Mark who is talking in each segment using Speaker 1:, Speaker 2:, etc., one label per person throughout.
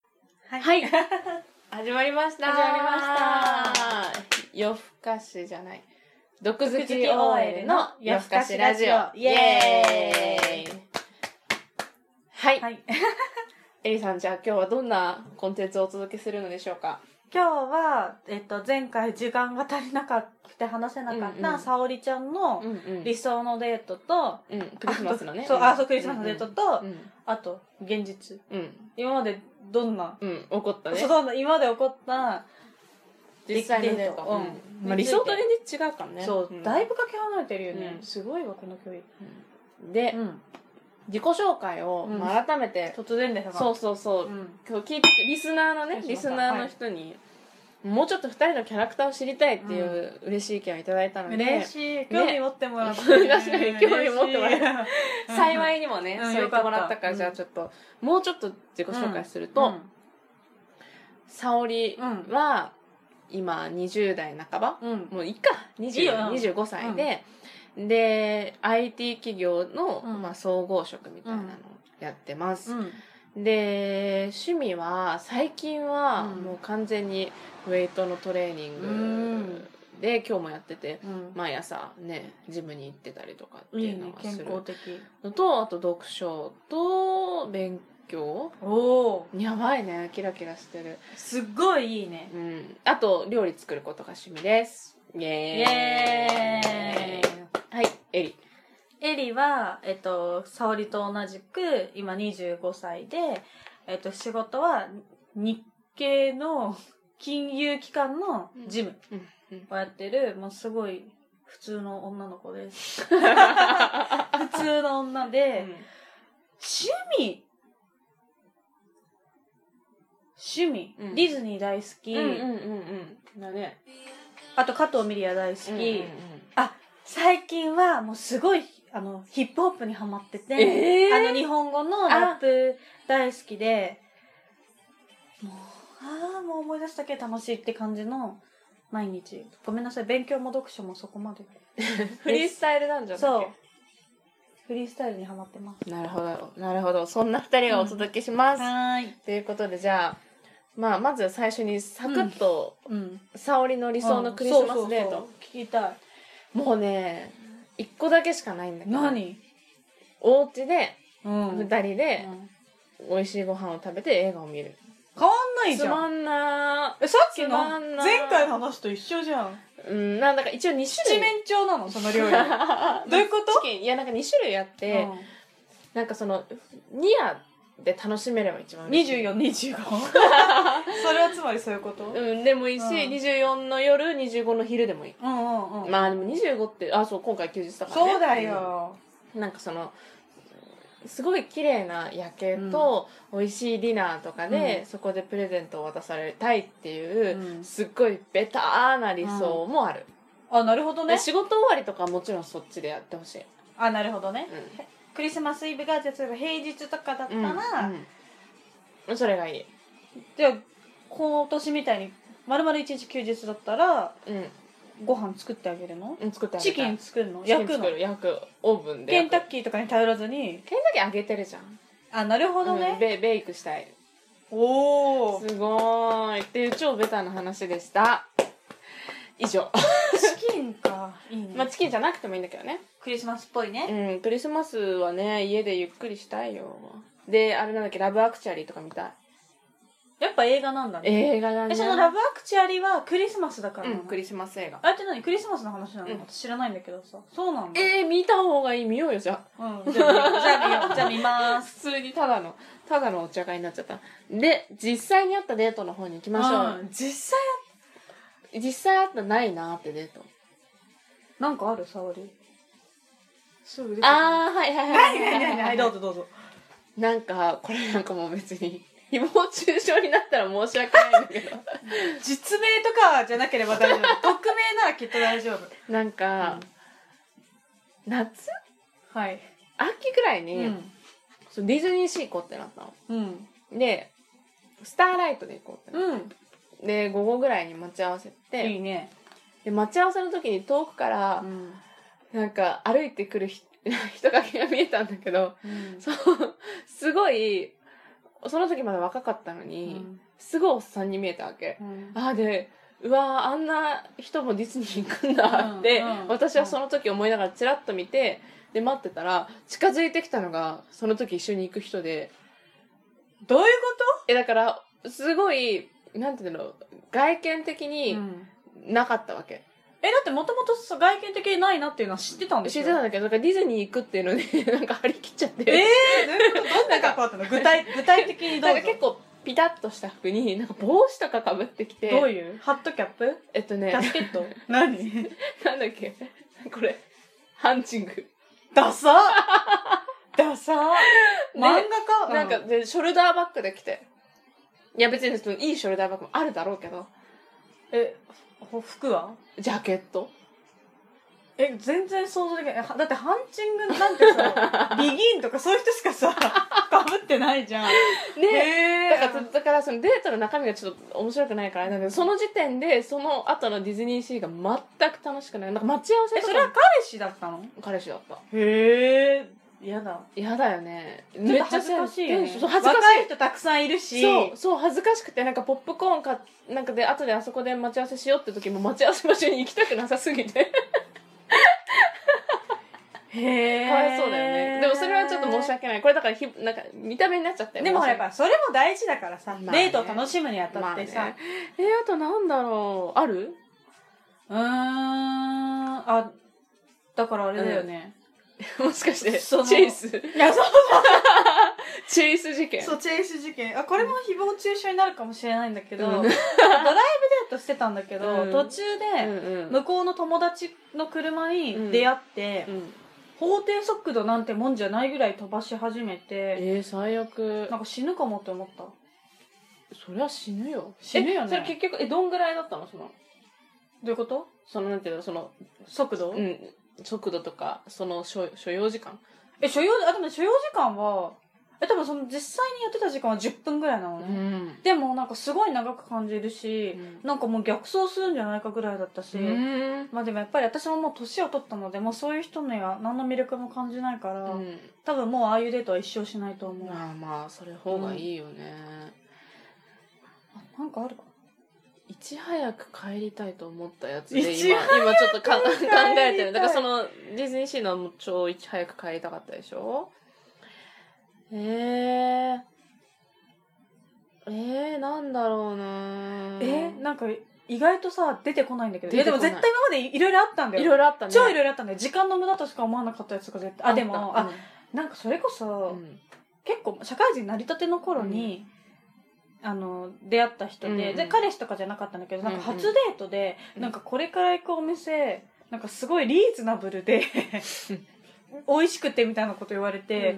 Speaker 1: い。
Speaker 2: はい
Speaker 1: 始まりました。
Speaker 2: 始ま
Speaker 1: りました。夜更かしじゃない。毒好
Speaker 2: 好
Speaker 1: き
Speaker 2: き
Speaker 1: OL
Speaker 2: OL
Speaker 1: の
Speaker 2: の
Speaker 1: 夜
Speaker 2: 夜
Speaker 1: 更
Speaker 2: 更
Speaker 1: か
Speaker 2: か
Speaker 1: し
Speaker 2: し
Speaker 1: ラ
Speaker 2: ラ
Speaker 1: ジ
Speaker 2: ジ
Speaker 1: オ
Speaker 2: オ。
Speaker 1: イエ
Speaker 2: イエ
Speaker 1: ーイは い。
Speaker 2: はい。
Speaker 1: エリさん、じゃあ今日はどんなコンテンツをお届けするのでしょうか
Speaker 2: 今日は、えっと、前回時間が足りなかくて話せなかっ
Speaker 1: うんう
Speaker 2: た
Speaker 1: ん
Speaker 2: 沙織ちゃんの
Speaker 1: うんうん。
Speaker 2: 理想のデートと、
Speaker 1: うん、クリスマスのね。
Speaker 2: あとそう、あ、そう、クリスマスのデートと
Speaker 1: う、ん。
Speaker 2: あと、現実。
Speaker 1: うん。
Speaker 2: 今までどんな、
Speaker 1: うん。怒ったね
Speaker 2: そう。どんな今まで起こった、
Speaker 1: 実際のデート。
Speaker 2: デートうん
Speaker 1: うんまあ理想と現実違うからね。
Speaker 2: そう、
Speaker 1: ん
Speaker 2: だいぶかけ離れてるよね。
Speaker 1: うん
Speaker 2: すごいわ、この距離。
Speaker 1: で、
Speaker 2: うん。
Speaker 1: 自己紹介を、
Speaker 2: うん
Speaker 1: まあ改めて、
Speaker 2: 突然ですが。
Speaker 1: そうそうそう
Speaker 2: う、ん。
Speaker 1: 今日聞いてリスナーのね
Speaker 2: 失
Speaker 1: リ
Speaker 2: 礼
Speaker 1: ス
Speaker 2: しました
Speaker 1: ナーの人に、もうちょっと2人のキャラクターを知りたいっていう嬉しい意見をいただいたので、
Speaker 2: 嬉しい。興味持ってもらって。
Speaker 1: ね 確かに興味持ってもらえ
Speaker 2: らっ
Speaker 1: 幸
Speaker 2: い。
Speaker 1: いにもね、
Speaker 2: うん
Speaker 1: そう言ってもらった
Speaker 2: よか
Speaker 1: から、
Speaker 2: った
Speaker 1: じゃあちょっともうちょっと自己紹介すると、
Speaker 2: うん
Speaker 1: 沙織は今20代半ば、
Speaker 2: うん。
Speaker 1: もういっか
Speaker 2: いいよ
Speaker 1: 20 25歳で、で IT 企業の、
Speaker 2: うん
Speaker 1: まあ、総合職みたいなのをやってます、
Speaker 2: うん。
Speaker 1: で趣味は最近は
Speaker 2: うん
Speaker 1: もう完全にウェイトのトレーニン
Speaker 2: う
Speaker 1: グ
Speaker 2: ん
Speaker 1: で今日もやってて
Speaker 2: うん
Speaker 1: 毎朝ねジムに行ってたりとかって
Speaker 2: い
Speaker 1: い
Speaker 2: いう
Speaker 1: の
Speaker 2: ね
Speaker 1: は
Speaker 2: 健
Speaker 1: する
Speaker 2: 康的
Speaker 1: のとあと読書と勉強
Speaker 2: おお
Speaker 1: やばいねキラキラしてる、
Speaker 2: すっごいいいね
Speaker 1: うん、あと料理作ることが趣味ですイエ
Speaker 2: イ
Speaker 1: ーイ
Speaker 2: エーイ
Speaker 1: はいエリ
Speaker 2: エリはえっと沙織と同じく今25歳でえっと仕事は日系の金融機関の事務
Speaker 1: うん うん
Speaker 2: をやってるもうすごい普通の女の子です普通の女で、趣味趣味、
Speaker 1: うん
Speaker 2: ディズニー大好き、
Speaker 1: うんうんうんうんだね
Speaker 2: あと加藤ミリア大好き、
Speaker 1: うんうんうん
Speaker 2: 最近はもうすごいあのヒップホップにハマってて、
Speaker 1: えー
Speaker 2: あの日本語のラップ大好きでもうああもう思い出したけ楽しいって感じの毎日ごめんなさい勉強も読書もそこまで
Speaker 1: フリースタイルなんじゃない
Speaker 2: そうフリースタイルにハマってます
Speaker 1: なるほど、なるほど。そんな二人がお届けします。
Speaker 2: はい
Speaker 1: ということで、じゃあ、まあ、まず最初にサクッと、
Speaker 2: うん
Speaker 1: 沙織の理想のクリスマスデー
Speaker 2: そうそう
Speaker 1: ト。
Speaker 2: そう聞きたい
Speaker 1: もうね、一個だけしかないんだけど、
Speaker 2: 何
Speaker 1: お家で、
Speaker 2: うん
Speaker 1: 二人で、
Speaker 2: うん
Speaker 1: 美味しいご飯を食べて映画を見る。
Speaker 2: 変わんないじ
Speaker 1: つ
Speaker 2: ゃん
Speaker 1: まんな
Speaker 2: えさっきの
Speaker 1: つまんない
Speaker 2: 前回の話と一緒じゃん
Speaker 1: ーうん、なんだか一応2種
Speaker 2: 七
Speaker 1: 類。
Speaker 2: 面鳥なのその料理 どういうこと
Speaker 1: チキンいや、なんか2種類あって、なんかその、ニアで楽しめれば一番嬉しい。
Speaker 2: 2425 それはつまりそういうことうん
Speaker 1: うん、でもいいし、
Speaker 2: うん
Speaker 1: 24の夜、25の昼でもいい。
Speaker 2: うんうん
Speaker 1: まあでも25ってあそう今回休日だから、ね、
Speaker 2: そうだよ
Speaker 1: うんなんかそのすごい綺麗な夜景と美味しいディナーとかで、
Speaker 2: うん
Speaker 1: そこでプレゼントを渡されたいっていう、
Speaker 2: うん
Speaker 1: すっごいベターな理想もある、
Speaker 2: あなるほど
Speaker 1: で
Speaker 2: ね
Speaker 1: 仕事終わりとかはもちろんそっちでやってほしい、
Speaker 2: あなるほどね
Speaker 1: うん
Speaker 2: クリスマスイブがじゃあ例えば平日とかだった
Speaker 1: うん
Speaker 2: ら
Speaker 1: うんそれがいい、
Speaker 2: じゃあ今年みたいに丸々一日休日だったら
Speaker 1: うん
Speaker 2: ご飯作ってあげるの
Speaker 1: うん、作ってあげた
Speaker 2: チ
Speaker 1: い
Speaker 2: キン作るの
Speaker 1: チキ
Speaker 2: 焼
Speaker 1: ン
Speaker 2: くの
Speaker 1: 作る焼くオーブンで
Speaker 2: ケン
Speaker 1: 焼く
Speaker 2: タッキーとかに頼らずに
Speaker 1: ケンタッキー揚げてるじゃん
Speaker 2: あなるほど
Speaker 1: うん
Speaker 2: ね
Speaker 1: ベベイクしたい
Speaker 2: おお
Speaker 1: すごーいっていう超ベタな話でした以上
Speaker 2: チキンかいいね
Speaker 1: まあチキンじゃなくてもいいんだけどね
Speaker 2: クリスマスっぽいね
Speaker 1: うんクリスマスはね家でゆっくりしたいよであれなんだっけラブアクチャリーとか見たい
Speaker 2: やっぱ映画なんだね
Speaker 1: 映画だね
Speaker 2: えそのラブアクチュアリはクリスマスだから
Speaker 1: う
Speaker 2: なんの
Speaker 1: クリスマス映画
Speaker 2: あれって何クリスマスの話なの、
Speaker 1: うん
Speaker 2: 私知らないんだけどさそうなんだ、
Speaker 1: えー、見た方がいい見ようよじゃあ
Speaker 2: うん、じゃあ見ようじゃあ見ようじゃあ見ま
Speaker 1: 普
Speaker 2: す
Speaker 1: 通にただのただのお茶会になっちゃったで実際にあったデートの方に行きましょう、
Speaker 2: ん、実際
Speaker 1: 実際あったないなーってデート
Speaker 2: なんかある沙織すぐ出てあ
Speaker 1: ああはいはいはい
Speaker 2: はいはい はいどうぞどうぞ
Speaker 1: なんかこれなんかもう別に 誹謗中傷になったら申し訳ないんだけど
Speaker 2: 実名とかじゃなければ大丈夫匿名ならきっと大丈夫
Speaker 1: なんか、夏
Speaker 2: はい
Speaker 1: 秋ぐらいに、
Speaker 2: うん
Speaker 1: そのディズニーシー行こうってなったの。
Speaker 2: うん
Speaker 1: で、スターライトで行こうってなっ
Speaker 2: うん
Speaker 1: た。で、午後ぐらいに待ち合わせて、
Speaker 2: いいね
Speaker 1: で、待ち合わせの時に遠くから、
Speaker 2: ん、
Speaker 1: なんか歩いて くるひ人影が見えたんだけど、
Speaker 2: うん、
Speaker 1: そう、すごい、その時まだ若かったのに、
Speaker 2: うん
Speaker 1: すごいおっさんに見えたわけ。
Speaker 2: うん
Speaker 1: ああでうわーあんな人もディズニー行くんだって、
Speaker 2: うんうん
Speaker 1: 私はその時思いながらチラッと見てで待ってたら近づいてきたのがその時一緒に行く人で
Speaker 2: どういうこ
Speaker 1: えだからすごいなんていうの外見的
Speaker 2: と、
Speaker 1: になかったわけ、
Speaker 2: え、だってもともと外見的にないなっていうのは知ってたんです
Speaker 1: 知っ
Speaker 2: よ。
Speaker 1: てたんだけどだからディズニー行くっていうので なんか張り切っちゃって、
Speaker 2: ええどういうことどんな格好だったの具体、具体的にどう
Speaker 1: なんか結構ピタッとした服になんか帽子とかかぶってきて
Speaker 2: どういうハットキャップ
Speaker 1: えっと
Speaker 2: キャ
Speaker 1: ね
Speaker 2: スケ ット何
Speaker 1: なんだっけこれハンチング
Speaker 2: ダサダサ漫画家
Speaker 1: なんか、で、ショルダーバッグで来て。いや、別にその、いいショルダーバッグもあるだろうけど、
Speaker 2: え、ほ服は
Speaker 1: ジャケット
Speaker 2: え、全然想像できない。はだってハンチングなんて さ、ビギンとかそういう人しかさ、かぶってないじゃん。
Speaker 1: ね
Speaker 2: え
Speaker 1: だから、だからそのデートの中身がちょっと面白くないからあれなんだけど、その時点で、その後のディズニーシーが全く楽しくない。なんか待ち合わせ
Speaker 2: え、
Speaker 1: と
Speaker 2: そ
Speaker 1: か
Speaker 2: れは
Speaker 1: も
Speaker 2: 彼氏だったの
Speaker 1: 彼氏だった。
Speaker 2: へえ、嫌だ。
Speaker 1: 嫌だよね。
Speaker 2: ちょっと恥ずかしいよ、
Speaker 1: めっ
Speaker 2: ね
Speaker 1: ち。ゃそう恥ずかしい。
Speaker 2: 若い人たくさんいるし。
Speaker 1: そう、そう、恥ずかしくて、なんかポップコーンか、なんかで、後であそこで待ち合わせしようって時も待ち合わせ場所に行きたくなさすぎて。
Speaker 2: へえ。
Speaker 1: かわいそうだよね。でもそれはちょっと申し訳ない。これだからひ、なんか、見た目になっちゃったよ
Speaker 2: でもほらやっぱそれも大事だからさ、
Speaker 1: まあね
Speaker 2: デートを楽しむにあたってさ、
Speaker 1: まあねえー、あとなんだろうある
Speaker 2: うーんあだからあれだよね、
Speaker 1: もしかしてチ
Speaker 2: その
Speaker 1: ェイス
Speaker 2: いやそう
Speaker 1: チェイス事 件
Speaker 2: そうチェイス事件あこれも誹謗中傷になるかもしれないんだけど、
Speaker 1: うん
Speaker 2: ドライブデートしてたんだけど、
Speaker 1: うん
Speaker 2: 途中
Speaker 1: うん
Speaker 2: で
Speaker 1: うん
Speaker 2: 向こうの友達の車に出会って、
Speaker 1: うん
Speaker 2: 法定速度なんてもんじゃないぐらい飛ばし始めて、
Speaker 1: えー、最悪
Speaker 2: なんか死ぬかもって思った
Speaker 1: そりゃ死ぬよ
Speaker 2: 死ぬよね
Speaker 1: えそれ結局えどんぐらいだったのその
Speaker 2: どういうこと
Speaker 1: そのなんていうのその、
Speaker 2: 速度、
Speaker 1: うん、速度とかその所所要時間
Speaker 2: え所要あでも所要時間はえ多分その実際にやってた時間は10分ぐらいなのね、
Speaker 1: ん
Speaker 2: でもなんかすごい長く感じるし、なんかもう逆走するんじゃないかぐらいだったし、
Speaker 1: うん
Speaker 2: まあでもやっぱり私ももう年を取ったのでもうそういう人には何の魅力も感じないから、
Speaker 1: うん
Speaker 2: 多分もうああいうデートは一生しないと思う、
Speaker 1: まあまあそれ方がいいよね、
Speaker 2: なんかあるか
Speaker 1: いち早く帰りたいと思ったやつ
Speaker 2: い
Speaker 1: で
Speaker 2: ち
Speaker 1: 今今ちょっとかん考
Speaker 2: りたい
Speaker 1: えてるだからそのディズニーシーのも超いち早く帰りたかったでしょえー、えー、なんだろうな
Speaker 2: えーなんか意外とさ出てこないんだけどい
Speaker 1: 出
Speaker 2: や
Speaker 1: て
Speaker 2: で
Speaker 1: こ
Speaker 2: も
Speaker 1: ない
Speaker 2: 絶対今までいろいろあったんだよ
Speaker 1: いろいろあったね
Speaker 2: 超いろいろあったんだよ時間の無駄としか思わなかったやつとか絶対あでも
Speaker 1: あっ
Speaker 2: あなんかそれこ
Speaker 1: た
Speaker 2: そ、
Speaker 1: うん
Speaker 2: 結構社会人成り立ての頃に、あの出会った人で,、
Speaker 1: うんうん
Speaker 2: で彼氏とかじゃなかったんだけどなんか
Speaker 1: うんうん
Speaker 2: 初デートで、
Speaker 1: うん
Speaker 2: なんかこれから行くお店なんかすごいリーズナブル で美味しくてみたいなこと言われて、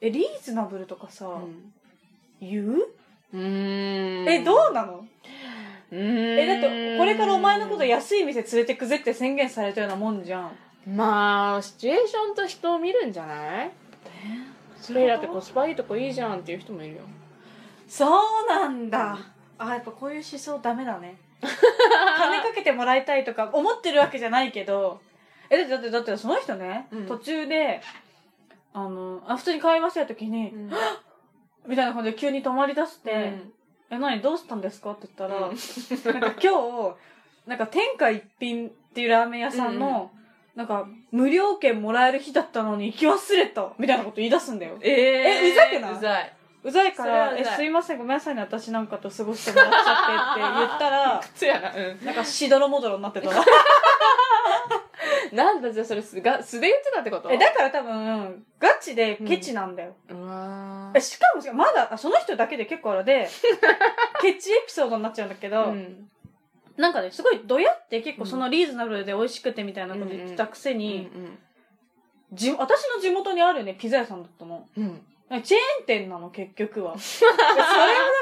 Speaker 2: えリーズナブルとかさ、
Speaker 1: うん
Speaker 2: 言う、
Speaker 1: うーん
Speaker 2: えどうなのえ
Speaker 1: え
Speaker 2: だってこれからお前のこと安い店連れてくぜって宣言されたようなもんじゃん
Speaker 1: まあシチュエーションと人を見るんじゃないそれだってコスパいいとこいいじゃんっていう人もいるよ
Speaker 2: そうなんだ、あやっぱこういう思想ダメだ ね金かけてもらいたいとか思ってるわけじゃないけどえだってだってだってその人ね、
Speaker 1: うん
Speaker 2: 途中であのあ普通に会話してた時に、 みたいな感じで急に止まりだして「
Speaker 1: うん
Speaker 2: え何どうしたんですか?」って言ったら、
Speaker 1: うん
Speaker 2: なんか今日なんか天下一品っていうラーメン屋さんの、なんか無料券もらえる日だったのに行き忘れたみたいなこと言い出すんだよ
Speaker 1: えー、
Speaker 2: えうざくないう
Speaker 1: ざいう
Speaker 2: ざいか
Speaker 1: そ
Speaker 2: ら「
Speaker 1: れはうざい
Speaker 2: えすいませんごめんなさいね私なんかと過ごしてもらっちゃって」って言ったら
Speaker 1: 靴やなう ん
Speaker 2: なんかしどろもどろになってた
Speaker 1: なんだじゃあそれ素が素で言ってたってこ と
Speaker 2: えだから多分ガチでケチなんだよ、
Speaker 1: うわ
Speaker 2: えしかもまだあその人だけで結構あれ でケチエピソードになっちゃうんだけど、
Speaker 1: ん
Speaker 2: なんかねすごいどやって結構そのリーズナブルで美味しくてみたいなこと言ってたくせ
Speaker 1: うんう
Speaker 2: に、
Speaker 1: ん
Speaker 2: じ私の地元にあるねピザ屋さんだったの
Speaker 1: うん
Speaker 2: なんかチェーン店なの結局 はでそれをな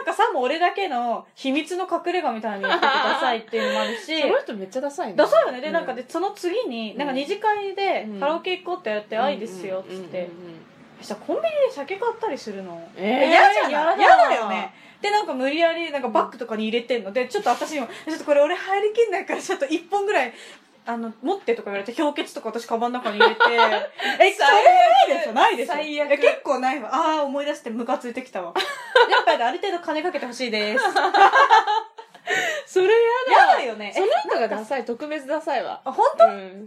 Speaker 2: んかさも俺だけの秘密の隠れ家みたいに言ってくださいっていうのもある し
Speaker 1: その人めっちゃダサいね
Speaker 2: ダサいよね。で、
Speaker 1: う
Speaker 2: なんかで、その次に、なんか二次会で
Speaker 1: うん
Speaker 2: カラオケ行こうってやって、あいですよ、つっ
Speaker 1: う
Speaker 2: て
Speaker 1: ん。うんうんうん
Speaker 2: そしたらコンビニで酒買ったりするの。
Speaker 1: えー
Speaker 2: 嫌じゃない
Speaker 1: や
Speaker 2: 嫌
Speaker 1: だ
Speaker 2: だよね。で、なんか無理やり、なんかバッグとかに入れてんので、ちょっと私にも、ちょっとこれ俺入りきんないから、ちょっと一本ぐらいあの、持ってとか言われて、氷結とか私カバンの中に 入れて、え、それないですよ、ないですよ。
Speaker 1: 最悪
Speaker 2: え結構ないわ。ああ、思い出してムカついてきた わ。やっぱりある程度金かけてほしい です。
Speaker 1: それや
Speaker 2: やだよね。
Speaker 1: そ
Speaker 2: え
Speaker 1: の人がダサい、特別ダサいわ。
Speaker 2: あ、本
Speaker 1: うん。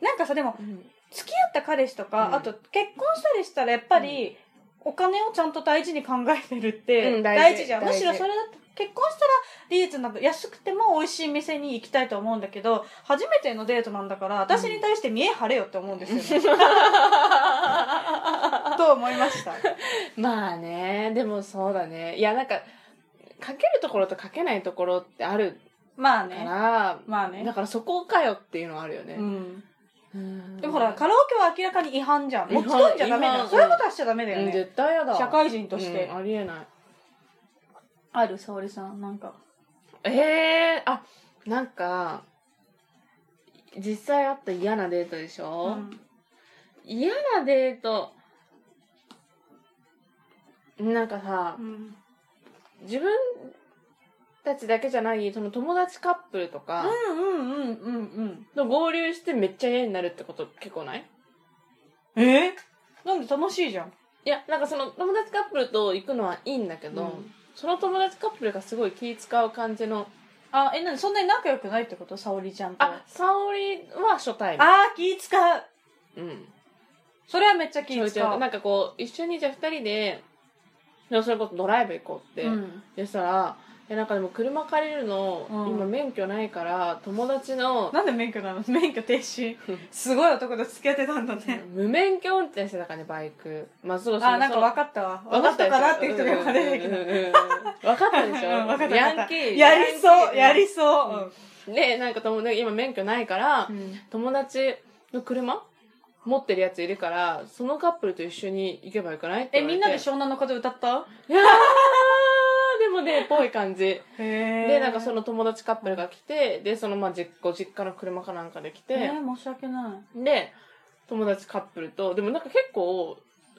Speaker 2: 当なんかさ、でも、
Speaker 1: うん
Speaker 2: 付き合った彼氏とか、
Speaker 1: うん
Speaker 2: あと結婚したりしたらやっぱり、お金をちゃんと大事に考えてるって、
Speaker 1: うん大事
Speaker 2: 大事じゃん。
Speaker 1: 大
Speaker 2: む
Speaker 1: 事
Speaker 2: しろそれだと、結婚したらリーズナブル、安くても美味しい店に行きたいと思うんだけど、初めてのデートなんだから、私に対して見え張れよって思うんですよね。 と思いました。
Speaker 1: まあね、でもそうだね。いや、なんか、かけるところとかけないところってある
Speaker 2: まあ
Speaker 1: か
Speaker 2: ね。
Speaker 1: ら、
Speaker 2: まあ
Speaker 1: だ
Speaker 2: ね。
Speaker 1: からそこかよっていうのはあるよね
Speaker 2: う。ん。
Speaker 1: うん
Speaker 2: でもほら、カラオケは明らかに違反じゃん。
Speaker 1: 違
Speaker 2: 持
Speaker 1: 反
Speaker 2: ち込んじゃダメだ
Speaker 1: 違
Speaker 2: よ。
Speaker 1: 反
Speaker 2: そういうことはしちゃダメだよ
Speaker 1: うん
Speaker 2: ね。
Speaker 1: 絶対やだ。
Speaker 2: 社会人として。
Speaker 1: うんありえない。
Speaker 2: ある、沙織さん。なんか。
Speaker 1: ええあ、なんか、実際あった嫌なデートでしょ、嫌なデート。なんかさ
Speaker 2: う、ん。
Speaker 1: 自分たちだけじゃない、その友達カップルとか
Speaker 2: うんうんうんうんうん。
Speaker 1: と合流してめっちゃ嫌になるってこと結構ない
Speaker 2: えなんで楽しいじゃん。
Speaker 1: いや、なんかその友達カップルと行くのはいいんだけど、
Speaker 2: うん
Speaker 1: その友達カップルがすごい気使う感じの、
Speaker 2: あ、え、なにそんなに仲良くないってこと沙織ちゃんと。
Speaker 1: あ、沙織は初対面。
Speaker 2: あー、気使う。
Speaker 1: うん。
Speaker 2: それはめっちゃ気
Speaker 1: そう
Speaker 2: 使う。
Speaker 1: なんかこう一緒にじゃあ2人ででもそれこそドライブ行こうって、
Speaker 2: うん。
Speaker 1: でしたら「えなんかでも車借りるの、
Speaker 2: うん
Speaker 1: 今免許ないから友達の
Speaker 2: なんで免許なの免許停止。すごい男と付き合ってたんだね。
Speaker 1: 無免許運転してたからねバイク」まあそうそう
Speaker 2: あ、なんか分かったわ。
Speaker 1: 分かった
Speaker 2: あの人かなっていう人が今出てきた。
Speaker 1: 分かったでしょ
Speaker 2: うんわかったわかった
Speaker 1: ヤンキー
Speaker 2: やりそう、やり
Speaker 1: そ
Speaker 2: そう。
Speaker 1: うでなんか友達今免許ないから、
Speaker 2: うん
Speaker 1: 友達の車持ってるやついるからそのカップルと一緒に行けばよくないって
Speaker 2: え、
Speaker 1: 言われ
Speaker 2: み
Speaker 1: て
Speaker 2: んなで湘南の風歌った
Speaker 1: いやーでもね、ぽい感じ。
Speaker 2: へえ
Speaker 1: で、なんかその友達カップルが来て、で、そのまあじご実家の車かなんかで来
Speaker 2: え
Speaker 1: て、
Speaker 2: ー、申し訳ない。
Speaker 1: で、友達カップルと、でもなんか結構、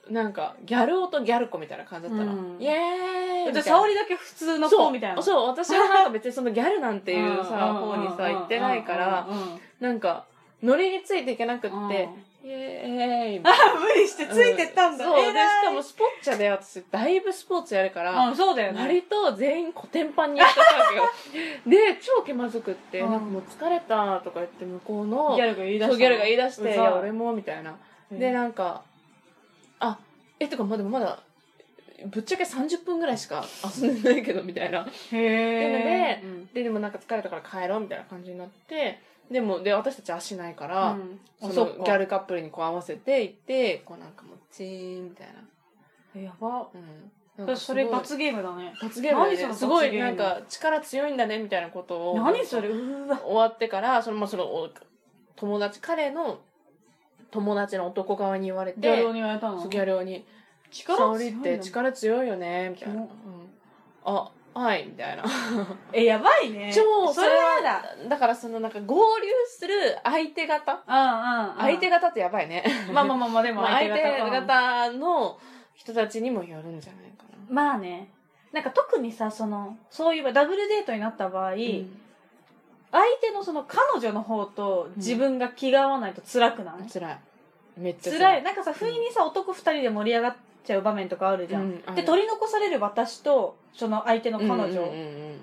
Speaker 1: なんかギャル男ギャル子みたいな感じだったの。
Speaker 2: うん
Speaker 1: イエーイみ
Speaker 2: じ
Speaker 1: た
Speaker 2: ゃあ、
Speaker 1: いな
Speaker 2: 沙織だけ普通の子みたいな。
Speaker 1: そう、そう、私はなんか別にそのギャルなんていうさ、
Speaker 2: ん
Speaker 1: 方にさ、行ってないか、ら
Speaker 2: う、んうんうんうん
Speaker 1: なんか、ノリについていけなくっ
Speaker 2: うん
Speaker 1: て、イエーイみ
Speaker 2: あ
Speaker 1: たいな。
Speaker 2: 無理してついてったんだ。
Speaker 1: そう、で、し
Speaker 2: 偉い
Speaker 1: かもスポッチャで私、だいぶスポーツやるから、
Speaker 2: うん、そうだよね。
Speaker 1: 割と全員コテンパンにやってた わけよで超気まずくって「
Speaker 2: うん
Speaker 1: なんかもう疲れた」とか言って向こうの
Speaker 2: ギャルが言い出した
Speaker 1: そ
Speaker 2: の。
Speaker 1: うギャルが言い出し
Speaker 2: うざ
Speaker 1: て「いや俺も」みたいな、でなんか「あえとかまあでもまだぶっちゃけ30分ぐらいしか遊んでないけど」みたいな
Speaker 2: へえ。
Speaker 1: っていうででもなんか疲れたから帰ろうみたいな感じになってでもで私たち足ないか
Speaker 2: うん
Speaker 1: ら、
Speaker 2: うんあ
Speaker 1: そ
Speaker 2: そ
Speaker 1: の
Speaker 2: っ
Speaker 1: ギャ
Speaker 2: か。
Speaker 1: ルカップルにこう合わせて行ってこうなんかもうチーンみたいな,、
Speaker 2: えやば。
Speaker 1: うん、なんかす
Speaker 2: そ
Speaker 1: ごい
Speaker 2: れ罰ゲームだね。
Speaker 1: 罰ゲームだよね
Speaker 2: 何その
Speaker 1: すご
Speaker 2: 罰
Speaker 1: い
Speaker 2: ゲー
Speaker 1: な
Speaker 2: ム
Speaker 1: んか力強いんだねみたいなことを
Speaker 2: 何それうーわ。
Speaker 1: 終わってからそのまあそのお友達彼の友達の男側に言われて
Speaker 2: ギャルに言われたの
Speaker 1: ギャル男に「
Speaker 2: 力
Speaker 1: 沙
Speaker 2: 強
Speaker 1: 織
Speaker 2: い
Speaker 1: っ
Speaker 2: の
Speaker 1: て力強いよね」みたい
Speaker 2: う
Speaker 1: な「うんん、あはい」みたいな
Speaker 2: え、やばいね。
Speaker 1: 超
Speaker 2: それはやだ。
Speaker 1: だからそのなんか合流する相手方
Speaker 2: うんうんうん。
Speaker 1: 相手方ってやばいね
Speaker 2: まあまあまあまあ、でも
Speaker 1: まあ相手
Speaker 2: うん
Speaker 1: 方の人たちにもよるんじゃないかな、
Speaker 2: まあね。なんか特にさ、その、そういう場合ダブルデートになった場合、相手のその彼女の方と自分が気が合わないと辛くない、
Speaker 1: うん、辛いめっちゃ
Speaker 2: 辛い。
Speaker 1: い
Speaker 2: なんかさ、不意にさ、男二人で盛り上がっちゃう場面とかあるじゃん。
Speaker 1: うんある
Speaker 2: で、取り残される私と、その相手の彼女、
Speaker 1: うんうんうんうん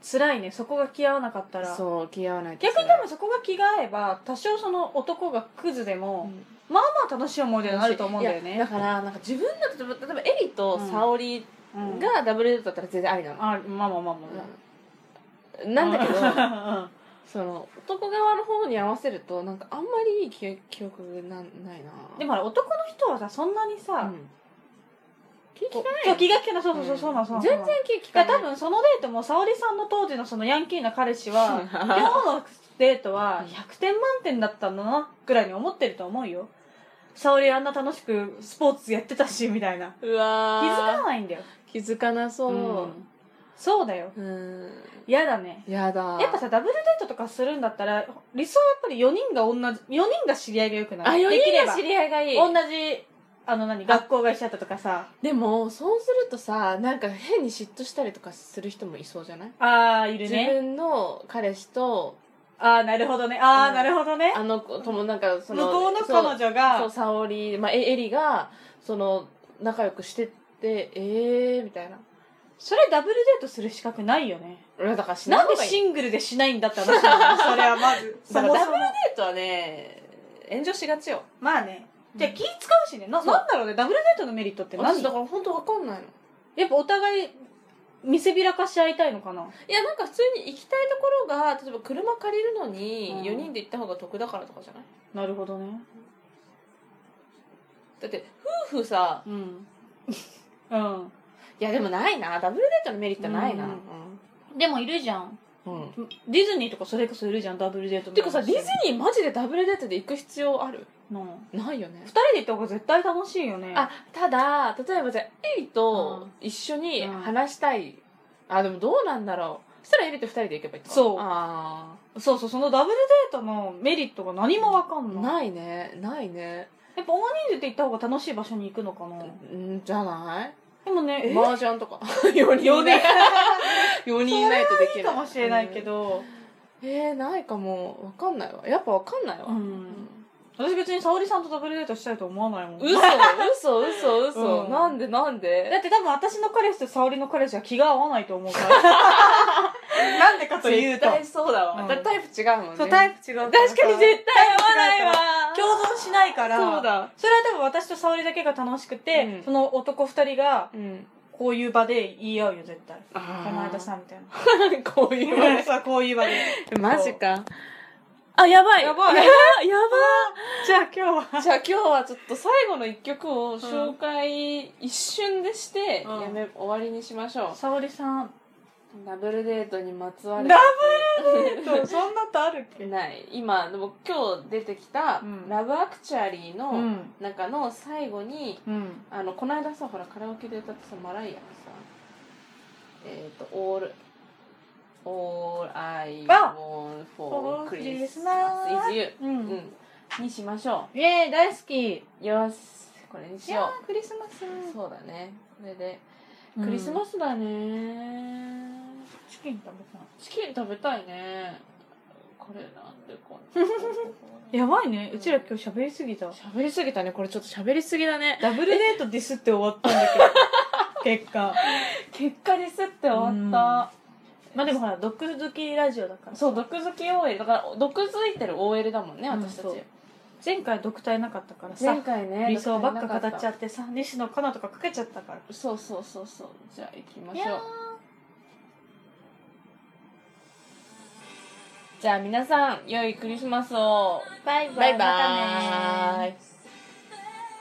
Speaker 2: 辛いね。そこが気合わなかったら。
Speaker 1: そう気合わないと
Speaker 2: 逆に多分そこが気が合えば、多少その男がクズでも、
Speaker 1: うん
Speaker 2: まあまあ楽しい思い出になると思うんだよ
Speaker 1: いや
Speaker 2: ね
Speaker 1: だ。からなんか自分だと例えばエリと沙織
Speaker 2: うん
Speaker 1: がダブルデートだったら全然ありなの、
Speaker 2: あ、まあまあまあま
Speaker 1: うんなんだけど
Speaker 2: あ。
Speaker 1: その男側の方に合わせるとなんかあんまりいい記記憶なんないな
Speaker 2: でもあれ男の人はさ、そんなに
Speaker 1: う
Speaker 2: さ、
Speaker 1: ん、気
Speaker 2: そ
Speaker 1: 聞
Speaker 2: う
Speaker 1: かない
Speaker 2: そう気が利かない。そうそうそう、そうなの、そうなの。
Speaker 1: 全然気聞
Speaker 2: だ
Speaker 1: か
Speaker 2: から
Speaker 1: な
Speaker 2: 多
Speaker 1: い
Speaker 2: 分そのデートも沙織さんの当時のそのヤンキーな彼氏は今日のデートは100点満点だったんだなぐらいに思ってると思うよ沙織あんな楽しくスポーツやってたしみたいな
Speaker 1: うわ
Speaker 2: 気
Speaker 1: ー
Speaker 2: づかないんだよ
Speaker 1: 気づかなそう
Speaker 2: うんそうだよ
Speaker 1: うん、
Speaker 2: 嫌だね
Speaker 1: やだ
Speaker 2: やっぱさダブルデートとかするんだったら理想はやっぱり4人が同じ4人が知り合いがよくない
Speaker 1: あ4
Speaker 2: できれ
Speaker 1: 人
Speaker 2: ば
Speaker 1: が知り合いがいい
Speaker 2: 同じあの何学校が一緒だったとかさ
Speaker 1: でもそうするとさなんか変に嫉妬したりとかする人もいそうじゃない
Speaker 2: ああいる
Speaker 1: 自
Speaker 2: ね
Speaker 1: 分の彼氏と
Speaker 2: ああ、なるほどね。ああ、
Speaker 1: うん
Speaker 2: なるほどね。
Speaker 1: あの子ともなんかそ
Speaker 2: 向
Speaker 1: の
Speaker 2: こうの
Speaker 1: そう
Speaker 2: 彼女
Speaker 1: そう
Speaker 2: が、
Speaker 1: 沙織、まあ、えエリがその仲良くしてってえー、みたいな
Speaker 2: それダブルデートする資格ないよね。
Speaker 1: 俺だからし
Speaker 2: なん
Speaker 1: い
Speaker 2: で
Speaker 1: 方がいい
Speaker 2: シングルでしないんだって話なん だよそれはまず。
Speaker 1: だ
Speaker 2: そ
Speaker 1: から
Speaker 2: も
Speaker 1: ダ
Speaker 2: そ
Speaker 1: ブ
Speaker 2: も
Speaker 1: ルデートはね炎上しがちよ
Speaker 2: まあね。じゃあ気使うしね。な、
Speaker 1: そう
Speaker 2: なんだろうね。ダブルデートのメリットって何
Speaker 1: 私だから本当わかんないの
Speaker 2: やっぱお互い見せびらかし合いたいのかな。
Speaker 1: いやなんか普通に行きたいところが例えば車借りるのに
Speaker 2: うん
Speaker 1: 4人で行った方が得だからとかじゃない、
Speaker 2: なるほどね。
Speaker 1: だって夫婦さ
Speaker 2: うん。うん。
Speaker 1: いやでもないなダブルデートのメリットないな
Speaker 2: う
Speaker 1: うんん、
Speaker 2: でもいるじゃん。
Speaker 1: うん
Speaker 2: ディズニーとかそれこそいるじゃん、ダブルデートの話
Speaker 1: てかさディズニーマジでダブルデートで行く必要ある
Speaker 2: うん
Speaker 1: ないよね
Speaker 2: 二人で行った方が絶対楽しいよね。
Speaker 1: あ、ただ例えばじゃあエリと一緒に話したい、あでもどうなんだろうそしたらエリと二人で行けばいいってこと
Speaker 2: そう
Speaker 1: あ
Speaker 2: そうそう、そのダブルデートのメリットが何もわかんな
Speaker 1: ー
Speaker 2: い。
Speaker 1: ないねないね
Speaker 2: やっぱ大人数で行った方が楽しい場所に行くのかな。
Speaker 1: んじゃない
Speaker 2: でもね、え
Speaker 1: 麻雀とか 4人ね4人いないとでき
Speaker 2: い
Speaker 1: る
Speaker 2: い かもしれないけ、ど、
Speaker 1: うんえー、ないかもわかんないわやっぱわかんないわ、
Speaker 2: うん私別に沙織さんとダブルデートしたいと思わないもん。
Speaker 1: 嘘嘘嘘嘘、
Speaker 2: うん
Speaker 1: なんでなん
Speaker 2: だ
Speaker 1: で
Speaker 2: って多分私の彼氏と沙織の彼氏は気が合わないと思うから。 なんでかという
Speaker 1: 絶
Speaker 2: と。
Speaker 1: 対そうだわ、
Speaker 2: うん
Speaker 1: だってタイプ違うもんね
Speaker 2: そう、タイプ違うら。
Speaker 1: 確かに絶対合わないわ
Speaker 2: 共存しないから。
Speaker 1: そう。だ
Speaker 2: それは多分私と沙織だけが楽しくて、
Speaker 1: うん
Speaker 2: その男二人が
Speaker 1: うん
Speaker 2: こういう場で言い合うよ、絶対。
Speaker 1: こ
Speaker 2: この間さ、みたいな。
Speaker 1: こういう話
Speaker 2: そうこういう場 で。
Speaker 1: マジかあやばい
Speaker 2: やばい
Speaker 1: やばや
Speaker 2: じゃあ今日
Speaker 1: ば
Speaker 2: は。
Speaker 1: じゃあ今日はちょっと最後の一曲を紹介一瞬でして、
Speaker 2: うん
Speaker 1: やめ終わりにしましょ
Speaker 2: 沙織さん。
Speaker 1: う、ダブルデートにまつわ
Speaker 2: ダ
Speaker 1: る
Speaker 2: ブルデート、そんなとあるっけ
Speaker 1: ない今でも今日出てきた「
Speaker 2: うん
Speaker 1: ラブアクチュアリー」
Speaker 2: う
Speaker 1: の
Speaker 2: ん。
Speaker 1: 中の最後に、
Speaker 2: うん。
Speaker 1: あのこの間さほらカラオケで歌ってさマライアがさえっ、と「オール」All I
Speaker 2: あ
Speaker 1: want for
Speaker 2: For
Speaker 1: Christmas
Speaker 2: Christmas
Speaker 1: is
Speaker 2: う。
Speaker 1: you、うんん、にしましょ
Speaker 2: イェーイ、大好き。
Speaker 1: うよしこれにしよ
Speaker 2: ー、クリスマス。
Speaker 1: うそうだねこれで、クリスマ
Speaker 2: ス。
Speaker 1: スだね
Speaker 2: チキン食べたい。
Speaker 1: チキン食べたいねこれなんでこんな
Speaker 2: や ばいね。うちら今日喋りすぎ た。
Speaker 1: 喋りすぎたねこれちょっと喋りすぎだね
Speaker 2: ダブルデートディスって終わったんだけど。 結果。
Speaker 1: 結果ですって終わっ
Speaker 2: まあでもほら、毒好きラジオだか
Speaker 1: た
Speaker 2: ら。
Speaker 1: そう毒好き OL だから毒づいてる OL だもんね
Speaker 2: うん
Speaker 1: 私たち、
Speaker 2: そう前回毒体なかったからさ
Speaker 1: 前。回ね
Speaker 2: 理想ばっか語っちゃ
Speaker 1: う
Speaker 2: ってさ、西野カナとかかけちゃったから。
Speaker 1: そうそうそうそうじゃあ行きまし
Speaker 2: い
Speaker 1: ょ
Speaker 2: や
Speaker 1: うじゃあ皆さん良いクリスマスを
Speaker 2: バイ
Speaker 1: バ
Speaker 2: バイ。
Speaker 1: イバーイ